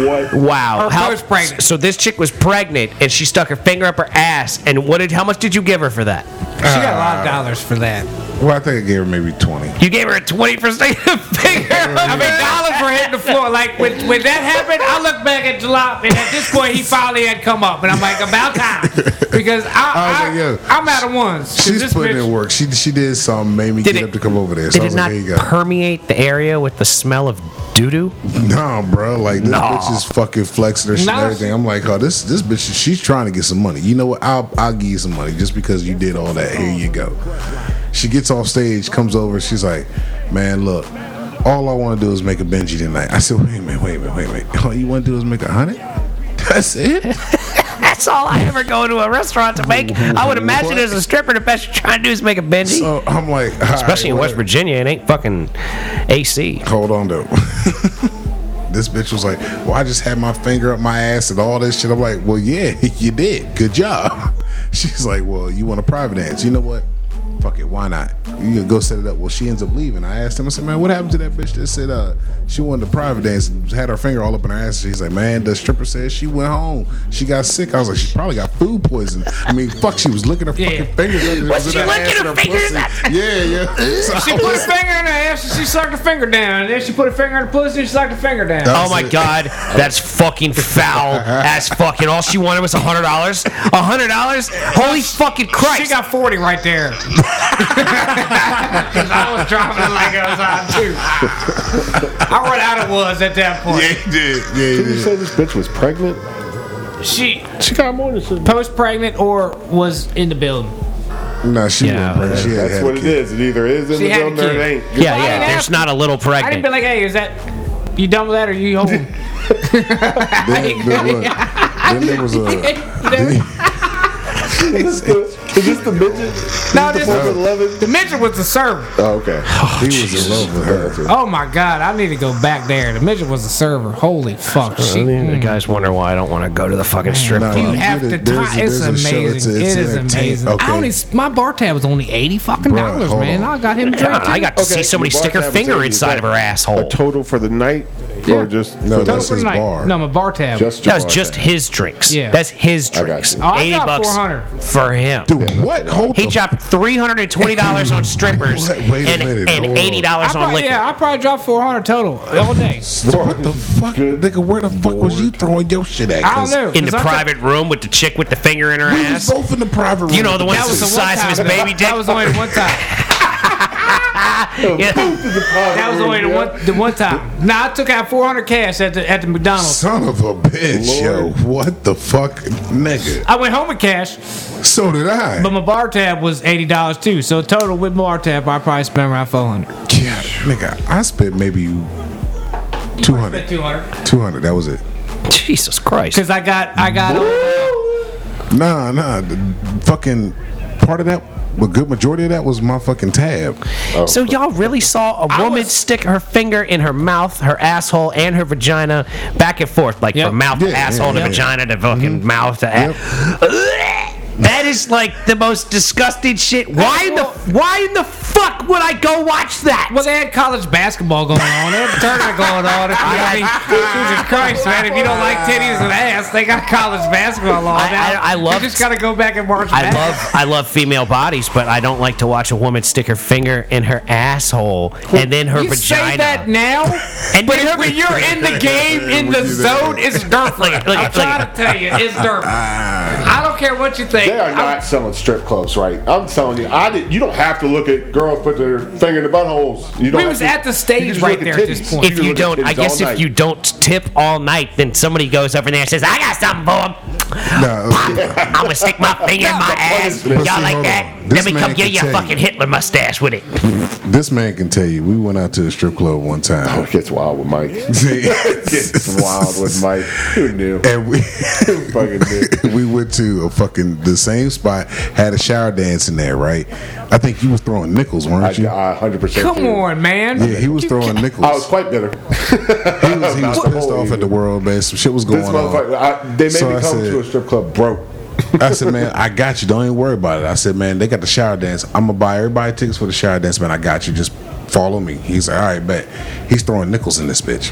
What?
Wow. How,
Her brother's pregnant.
So this chick was pregnant and she stuck her finger up her ass. And what did? How much did you give her for that?
She got a lot
Uh,
of dollars for that.
Well, I think I gave her maybe twenty.
You gave her a twenty for sticking a finger.
I mean, dollars were hitting the floor. Like when, when that happened, I look back at Jalop, and at this point, he finally had come up, and I'm like, about time, because
I was
I, I,
like, yo,
I'm out of ones. 'Cause
She's
this
putting
bitch-
in work. She she did something, made me
Did
get
it-
up to come over there. So
Did
I
it
was
not
like, "There you go."
permeate the area with the smell of doo doo?
No, bro. Like this
Nah.
bitch is fucking flexing her shit
Nah.
and everything. I'm like, oh, this this bitch, she's trying to get some money. You know what? I'll I'll give you some money just because you did all that. Here you go. She gets off stage, comes over. She's like, man, look, all I want to do is make a Benji tonight. I said, wait a minute, wait a minute, wait a minute. All you want to do is make a hundred? That's it?
That's all I ever go to a restaurant to make. I would imagine as a stripper, the best you're trying to do is make a Benji.
So I'm like, all right,
Especially in West
whatever.
Virginia, it ain't fucking AC.
Hold on though. this bitch was like, "Well, I just had my finger up my ass and all this shit." I'm like, "Well, yeah, you did. Good job." She's like, "Well, you want a private dance? You know what? fuck it, why not? You can go set it up. Well, she ends up leaving. I asked him, I said, man, what happened to that bitch that said uh, she wanted to private dance and had her finger all up in her ass? She's like, man, the stripper said she went home. She got sick. I was like, she probably got food poisoning. I mean, fuck, she was licking her fucking fingers. under-
Was
in
she licking
ass
her
and
fingers
pussy.
up?
Yeah, yeah. So
She
I
put a
was-
finger in her ass and she sucked her finger down. And then she put a finger in her pussy and she sucked her finger down.
That
Oh
was
my
it.
god, that's fucking foul as fucking. All she wanted was a hundred dollars. A hundred dollars? Holy fucking Christ!
She got 40 right there. 'Cause I was dropping it like it was on too. I run out of woods at that point.
Yeah, he did. Yeah, he
Did you
did.
say this bitch was pregnant?
She
She got more than some.
post pregnant or was in the building.
No, she
Yeah,
wasn't pregnant. She had
That's
had a
what it
kid.
is. It either is in
She
the
had a
building or it
kid.
ain't.
yeah,
I didn't
yeah. There's
ask-
not a little
I didn't
pregnant.
be like, hey, is that you done with that or you home?
Then, then what? Then there was a.
Is this the, is this the midget?
no,
The
this
fucking eleven?
the midget was the server.
Oh, okay.
He was in love with her.
Oh my god, I need to go back there. The midget was the server. Holy fuck, she
The guys wonder why I don't want to go to the fucking strip
No,
club.
You
You
have
did
to
it. There's
tie.
a- there's
It's
a show.
amazing.
It's a-
it
it's
is
entertain-
amazing.
okay.
I only my bar tab was only eighty fucking
Bruh,
dollars,
hold
man.
on.
I got him Oh,
God,
drunk.
I got to
Okay,
see somebody
you
stick her
brought that
finger
potato,
inside of her
A
asshole.
total for the night,
Yeah.
or just
No,
for the-
that's his bar.
No, my bar tab.
just
That was
Jabbar
just
Tab.
his drinks.
Yeah.
That's his
got
drinks.
you.
Oh, I
Eighty
got
bucks
400.
for him.
Dude, what? Hold
He
the
dropped three hundred and twenty dollars on strippers
Wait a
and, and
minute, hold on.
eighty
I
dollars on
probably,
liquor.
yeah, I probably dropped four hundred total all day.
What the fuck,
Good
nigga? Where the fuck was you
Lord.
throwing your shit at?
I don't
'Cause
know.
in the
'cause I
private room with the chick with the finger in her
We was
ass.
both in the private room.
You know the one
took- That was
the
the one
size of his
time, though.
baby dick.
That was only one time.
Yeah.
That was only the one, the one time. Nah, I took out four hundred cash at the at the McDonald's.
Son of a bitch,
Lord.
yo! What the fuck, nigga?
I went home with cash,
So did I.
but my bar tab was eighty dollars too. So total with bar tab, I probably spent around four hundred.
Yeah, nigga, I spent maybe 200.
Two hundred.
200, That was it.
Jesus Christ.
Cause I got I got.
Nah, nah. The fucking part of that, a good majority of that was my fucking tab.
So y'all really saw a woman stick her finger in her mouth, her asshole, and her vagina back and forth, like
Yep. Mm-hmm.
from mouth to
Yeah,
asshole
yeah,
to
yeah.
vagina to fucking mouth to ass. That is like the most disgusting shit. Why in the why in the fuck would I go watch that?
Well, they had college basketball going on. They had a tournament going on. If you, I mean, Jesus Christ, man! If you don't like titties and ass, they got college basketball on.
I-
now.
I- I love-
You just gotta go back and watch.
I
bas-
love I love female bodies, but I don't like to watch a woman stick her finger in her asshole and then her
You
vagina.
say that now,
And
but
then
if- when you're in the game, in the
Would you
zone,
then?
it's dirt.
Look at- look
I'm
at- look
trying
at-
to tell you, it's dirt. I don't care what you think.
They are
I'm-
not selling strip clubs, right? I'm telling you, I did. You don't have to look at girls put their finger in the buttholes. You don't.
We
have
was
to-
at the
you
stage
just
right
look
there at this
titties.
point.
if
can
you
look at
don't, I
titties
guess
all
if
night.
you don't tip all night, then somebody goes over there and says, "I got something for him.
Nah,
I'm gonna stick my finger in my ass.
But
Y'all
see,
like
hold
that?
on.
Let
This
me
man
come get
can
you a
tell you.
fucking Hitler mustache with it."
this man can tell you. We went out to a strip club one time.
It gets wild with Mike. gets wild with Mike. Who knew?
and we
Who fucking knew?
we went to a fucking the same spot, had a shower dance in there, right? I think you was throwing nickels,
I,
weren't you?
I 100%.
Come
do.
on, man.
yeah, he was throwing nickels.
I was quite bitter.
he was, he was
about the
pissed
whole
off
year.
at the world, man. Some shit was going
This
on.
motherfucker, I, they made
So
me
I
come
said-
to a strip club broke.
I said, man, I got you. Don't even worry about it. I said, man, they got the shower dance. I'm gonna buy everybody tickets for the shower dance, man. I got you. Just follow me. He's like, all right, bet. He's throwing nickels in this bitch.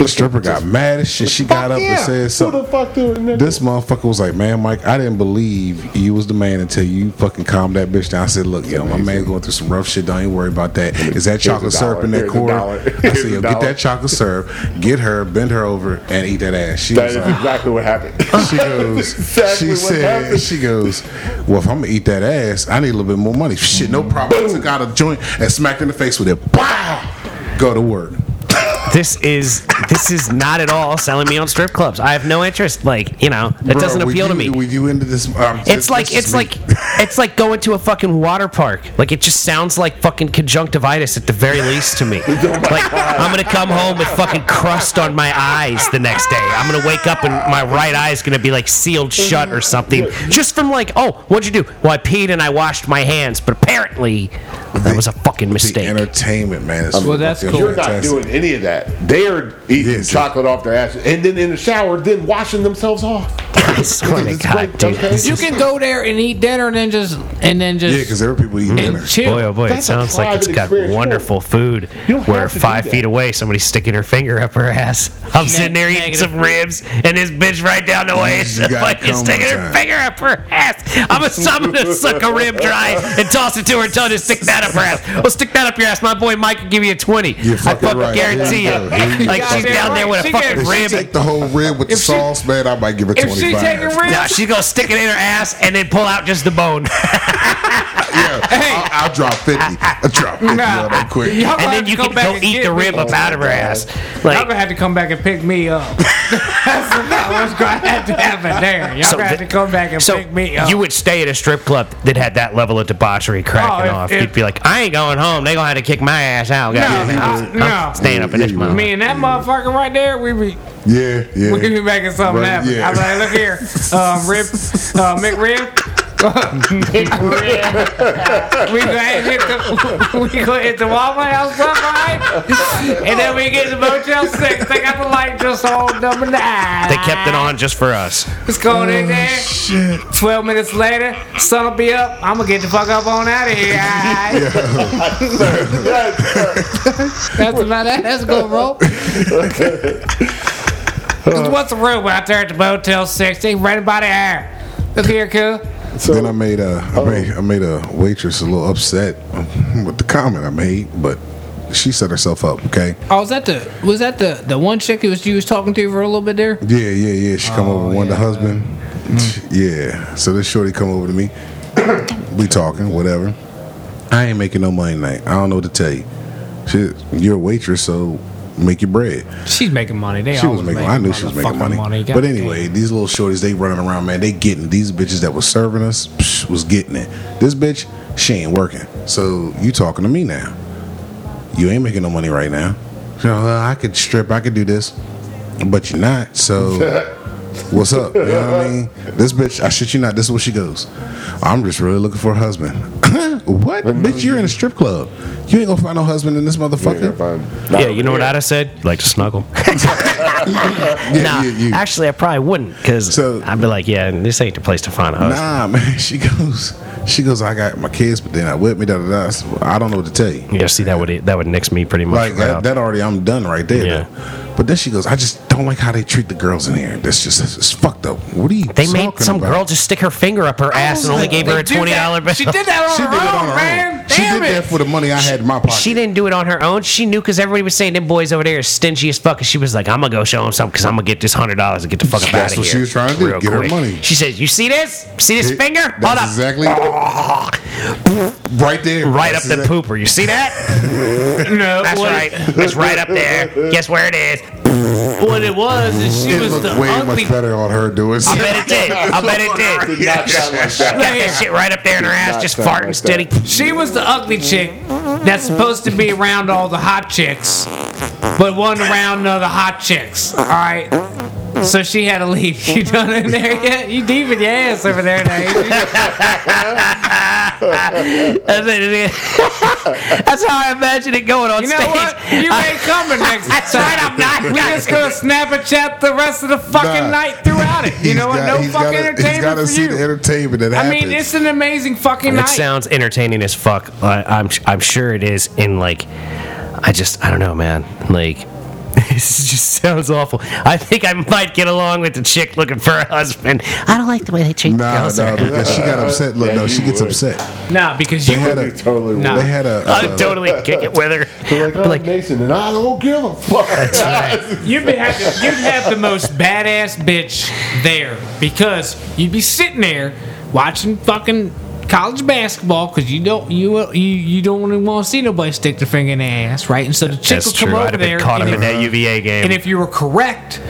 The stripper got mad as shit. She got up
yeah.
and said
Who
something.
the fuck doing that?
This motherfucker was like, man, Mike, I didn't believe you was the man until you fucking calmed that bitch down. I said, look, yo, my man going through some rough shit. Don't even worry about that. Is that chocolate
a
syrup
dollar.
in that
Here's a
corner?
dollar.
I
Here's
said,
a
yo, get
dollar."
that chocolate syrup, get her, bend her over, and eat that ass. She
That
was
is
like,
exactly what happened.
she goes,
exactly
she
what
said,
happened.
she goes, well, if I'm gonna eat that ass, I need a little bit more money. Shit, no problem. I took out a joint and smacked in the face with it. Wow, go to work.
This is this is not at all selling me on strip clubs. I have no interest. Like you know, it
Bro,
doesn't
were
appeal to me.
you- Were you into this? um, this-
It's like
this is
it's
me.
like it's like going to a fucking water park. Like it just sounds like fucking conjunctivitis at the very least to me. Like I'm gonna come home with fucking crust on my eyes the next day. I'm gonna wake up and my right eye is gonna be like sealed shut or something. Just from like, oh, what'd you do? Well, I peed and I washed my hands, but apparently that was a fucking
the
mistake.
entertainment, man. is
Well, that's
fucking
cool.
You're not
fantastic.
doing any of that. that. They're eating
Yes.
chocolate off their asses, and then in the shower, then washing themselves off.
I swear to
It's
God,
like,
dude.
okay.
this
You
is-
can go there and eat dinner and then just and then just
Yeah, because there are people eating dinner.
and chill.
Boy, oh boy, it
That's a
sounds like it's
private
got
experience.
wonderful food.
You don't
Where
have to do
five
that.
feet away, somebody's sticking her finger up her ass. I'm sitting there eating
negative
some ribs, and this bitch right down the way is
You gotta
fucking
come one
sticking her
time.
finger up her ass. I'm, a, I'm gonna suck a rib dry and toss it to her and tell her to stick that up her ass. Well, stick that up your ass. My boy Mike can give you a 20.
You're
I
fucking
fucking
right.
guarantee
Here you go. Here
you.
you
Like, she's
go.
down there with a
She
fucking
gets-
If she
rib.
take the whole rib with the
she-
sauce, man, I might give her
If she
twenty
take a
five.
rib,
No, she's gonna stick it in her ass and then pull out just the bone.
Yeah, I'll, I'll drop fifty. I'll drop fifty
Nah.
on that quick.
Y'all gonna
and
have
then
to
you
come
can
back
go
and
eat
get
the
me.
rib up out of her ass.
Y'all gonna
Like,
have to come back and pick me up. That's about what's gonna have to happen there. Y'all
So
gonna have to
th-
come back and
so
pick me up.
you would stay at a strip club that had that level of debauchery cracking
Oh, if-
off.
if-
You'd be like, I ain't going home. They gonna have to kick my ass out.
no,
goddamn it."
I, no.
I'm staying up in
Yeah,
this
you would.
motherfucker.
Me and that motherfucker right there, we be
Yeah, yeah.
we be making something
Right,
happen.
yeah.
I'm like, look here, um, Rip, uh, McRib. we gonna hit the we gonna hit the Waffle House up, right? And then we get the Motel Six. They got the light just on number nine.
They kept it on just for us.
It's going in there.
Oh, Shit.
12 minutes later, sun will be up. I'm going to get the fuck up on out of here. aight? That's about that. That's going to roll. 'Cause What's the room out there at the Motel 6? They running by the air. Look here, cool.
So
then I made a, I made, I made a waitress a little upset with the comment I made, but she set herself up. Okay.
Oh, was that the was that the the one chick that was you was talking to for a little bit there?
Yeah, yeah, yeah. She come over, one the husband. Yeah. So this shorty come over to me. we talking, whatever. I ain't making no money tonight. I don't know what to tell you. Shit, you're a waitress, so make your bread.
She's making money. They
She was
always
making.
make
I knew she was making
motherfucking
money. But
goddamn.
anyway, these little shorties, they running around, man. They getting these bitches that was serving us psh, was getting it. This bitch, she ain't working. So you talking to me now? You ain't making no money right now. You know, uh, I could strip. I could do this, but you're not. So. What's up? You know what I mean? This bitch, I shit you not, this is where she goes. I'm just really looking for a husband. what? bitch, you're in a strip club. You ain't gonna find no husband in this motherfucker.
Yeah, you know what I'd have said? Like to snuggle.
Yeah,
nah,
yeah, you.
actually, I probably wouldn't because
So-
I'd be like, yeah, this ain't the place to find a husband.
Nah, man. She goes, she goes. I got my kids, but then I whip me. Da da da. I said, "Well, I don't know what to tell you.
Yeah, see, that would that would nix me pretty much.
Like
right
that,
off.
that already, I'm done right there.
Yeah.
though. But then she goes, I just don't like how they treat the girls in here. That's just it's fucked up. What are you?
they made
talking
some
about?
girl just stick her finger up her ass and only
like,
gave
They
her a
do that-
twenty dollar bill.
She did that on
She
her
did it
own,
on her
Oh, man.
own. She
Damn
did
it.
that for the money I had in my pocket.
She didn't do it on her own. She knew because everybody was saying them boys over there is stingy as fuck. And she was like, "I'm gonna go show them something because I'm gonna get this hundred dollars and get the fuck out of here."
That's what she was trying to do,
real
get her money.
She says, "You see this? See this
It-
finger?
That's
Hold up,
exactly right there.
right
That's
up the
exact-
pooper. You see that?
No,
That's
what-
right. It's right up there. Guess where it is?
What it was is she
It
was
looked
the
way
ugly
much better on her doing.
I bet it did. I bet it did.
Not sound like that.
Got that shit right up there in her ass,
Not
just
sound
farting
like
steady.
She was the ugly chick that's supposed to be around all the hot chicks, but wasn't around none of the hot chicks. All right. So she had to leave. You done in there yet? You deep in your ass over there now.
That's it. That's how I imagine it going on
You know
stage.
what? You ain't coming next
That's
time.
right, I'm not.
We just gonna Snapchat the rest of the
Nah.
fucking night throughout it. You know what? No
he's
fucking
gotta- He's got
entertainment
to
for
see the
you.
entertainment that
I
happens.
mean, it's an amazing fucking
It
night.
sounds entertaining as fuck. I, I'm I'm sure it is. In like, I just I don't know, man. Like. This just sounds awful. I think I might get along with the chick looking for a husband. I don't like the way they treat
Nah,
girls.
nah, because she got upset. Look,
Yeah,
no,
you
she gets
would.
upset.
nah, because
They
you
had
were
a
Totally
Nah.
They had a.
I
uh,
totally kick it with her.
Like,
Like,
I'm Mason, and I don't give a fuck.
You'd be have to, you'd have the most badass bitch there because you'd be sitting there watching fucking college basketball because you don't you you you don't want to see nobody stick their finger in their ass, right? And so the chick
that's
will come
true.
over
I'd have
there,
been caught up
and,
in
if,
that UVA game.
and if you were correct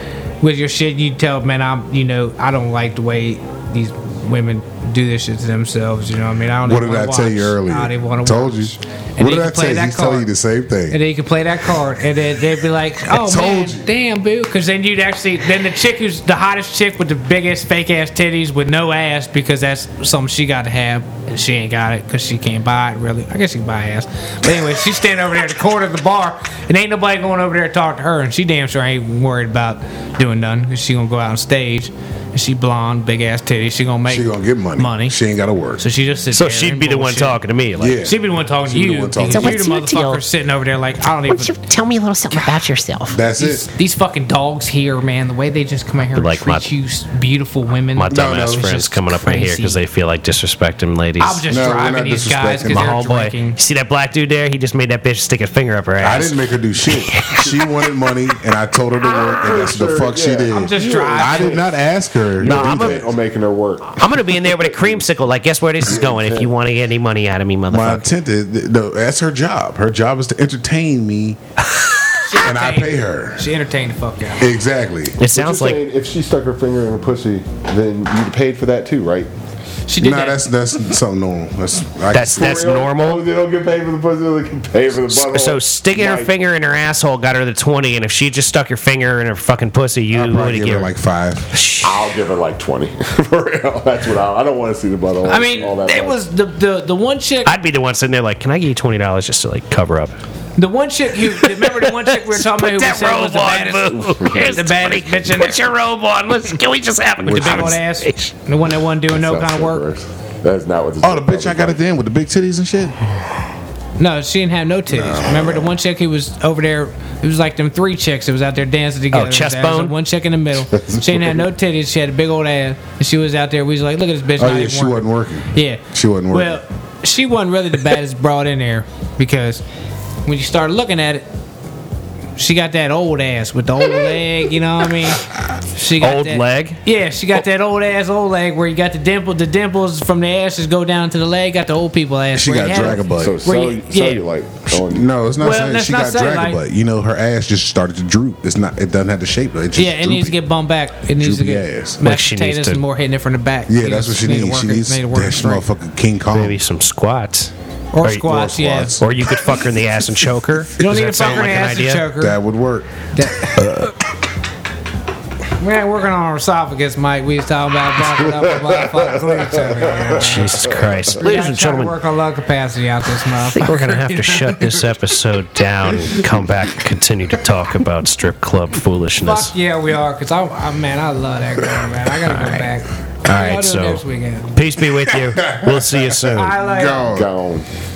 with your shit, you'd tell man, I'm you know I don't like the way these women do this shit to themselves. You know what I mean? I don't
What
even
did I
wanna
tell you
watch.
earlier?
Nah, they wanna
Told
watch.
you.
And
what
they
did
can
I
play
tell you?
that
He's telling you
card.
the same thing.
And then you can play that card, and then they'd be like, "Oh
told
man,
you.
damn, boo!" Because then you'd actually, then the chick who's the hottest chick with the biggest fake ass titties with no ass, because that's something she got to have, and she ain't got it because she can't buy it. Really, I guess she can buy ass, but anyway, she's standing over there at the corner of the bar, and ain't nobody going over there to talk to her, and she damn sure ain't worried about doing nothing, 'cause she gonna go out on stage, and she blonde, big ass titties, she gonna make
She gonna get money.
money.
She ain't gotta work.
so she just sits
So
there
she'd
and
be the one
bullshit.
talking to me. Like,
Yeah.
She'd be the one talking to
She'd be the
you.
one talking
because
to you.
you the
So what's your deal?
motherfucker sitting over there like I don't even.
What's your, tell me a little something about yourself.
That's
These,
it.
these fucking dogs here, man. The way they just come out here
Like
and
my-
treat you, s- beautiful women.
My
No,
dumbass
no, it's
friends
just
coming up in here
crazy.
because they feel like disrespecting ladies.
I'm just
No, we're
driving
not
these guys
disrespecting
because
my
my
they're
homeboy.
drinking.
See that black dude there? He just made that bitch stick his finger up her
I
ass.
didn't make her do shit. she wanted money, and I told her to work, and that's the
Sure,
fuck she
yeah.
did.
I'm just
I
driving.
did not ask her. No,
I'm
I'm
bent on making her work.
I'm gonna be in there with a creamsicle. Like, guess where this is going? If you want to get any money out of me,
my
motherfucker.
intent is no. That's her job. Her job is to entertain me, and I pay her.
She entertained the fuck out.
Exactly.
It sounds
You're
like
saying if she stuck her finger in her pussy, then you paid for that too, right?
She did
No,
that.
that's that's something normal. That's I
that's
can-
that's normal.
Oh, they don't get paid for the pussy. They can pay for the butthole.
So sticking her
Like,
finger in her asshole got her the twenty, and if she just stuck her finger in her fucking pussy, you
I'd
would
probably
have
give her
given
like five.
I'll give her like twenty. for real, that's what I. I don't want to see the butthole.
I mean,
all that
it
much.
was the, the the one chick.
I'd be the one sitting there like, "Can I give you twenty dollars just to like cover up?"
The one chick who remember the one chick we were talking about who we said was the baddest,
boo. Here's
the baddest bitch in
Put
there.
your robe on. Let's. Can we just have a
The big old ass, the one that wasn't doing no
Sounds
kind of
so
work.
gross. That's not what.
Oh, the bitch I got at the end with the big titties and shit.
No, she didn't have no titties. Remember the one chick who was over there? It was like them three chicks that was out there
Oh,
dancing together.
chest
There was
bone?
One chick in the middle. She didn't have no titties. She had a big old ass. And she was out there. We was like, look at this bitch.
Oh
not
yeah,
even
she
working.
wasn't working.
Yeah,
She wasn't working.
Well, she wasn't really the baddest broad in there because when you start looking at it, she got that old ass with the old leg. You know what I mean? She got
Old
that-
leg?
Yeah, she got
Oh.
that old ass old leg where you got the dimple, the dimples from the ashes go down to the leg. Got the old people ass.
she
where
got
you have-
dragon butt.
So, so,
you-
so
yeah.
you like on
No, it's not
Well,
saying
that's
she
not
got
saying,
dragon
like-
butt. You know, her ass just started to droop. It's not. It doesn't have the shape. It just
Yeah, it needs to
droopy.
get bumped back. It needs to
Droopy
get
ass.
mashed
Like she needs
potatoes
to-
and more hitting it from the back.
Yeah, that's what she
Need to
needs.
work
She
it-
needs
need
that
to work it straight.
motherfucking King Kong.
Maybe some squats.
or
or
squats. Yeah,
squats.
Or you could fuck her in the ass and choke her.
you don't
Does
need to
that sound
fuck her
like an
ass and
idea?
choke her.
That would work.
We ain't working on our esophagus, Mike. We was talking about blocking up the motherfucking glutes over here.
Jesus Christ.
We
Ladies
gotta
and
try to
gentlemen,
work our lung capacity out this
I think
month.
we're going to have to shut this episode down and come back and continue to talk about strip club foolishness.
Fuck yeah, we are. Cause I, I man, I love that girl, man. I gotta go back. What
All
y'all
right,
doing
so
next weekend.
peace be with you. We'll see you soon.
I like.
Gone.
gone.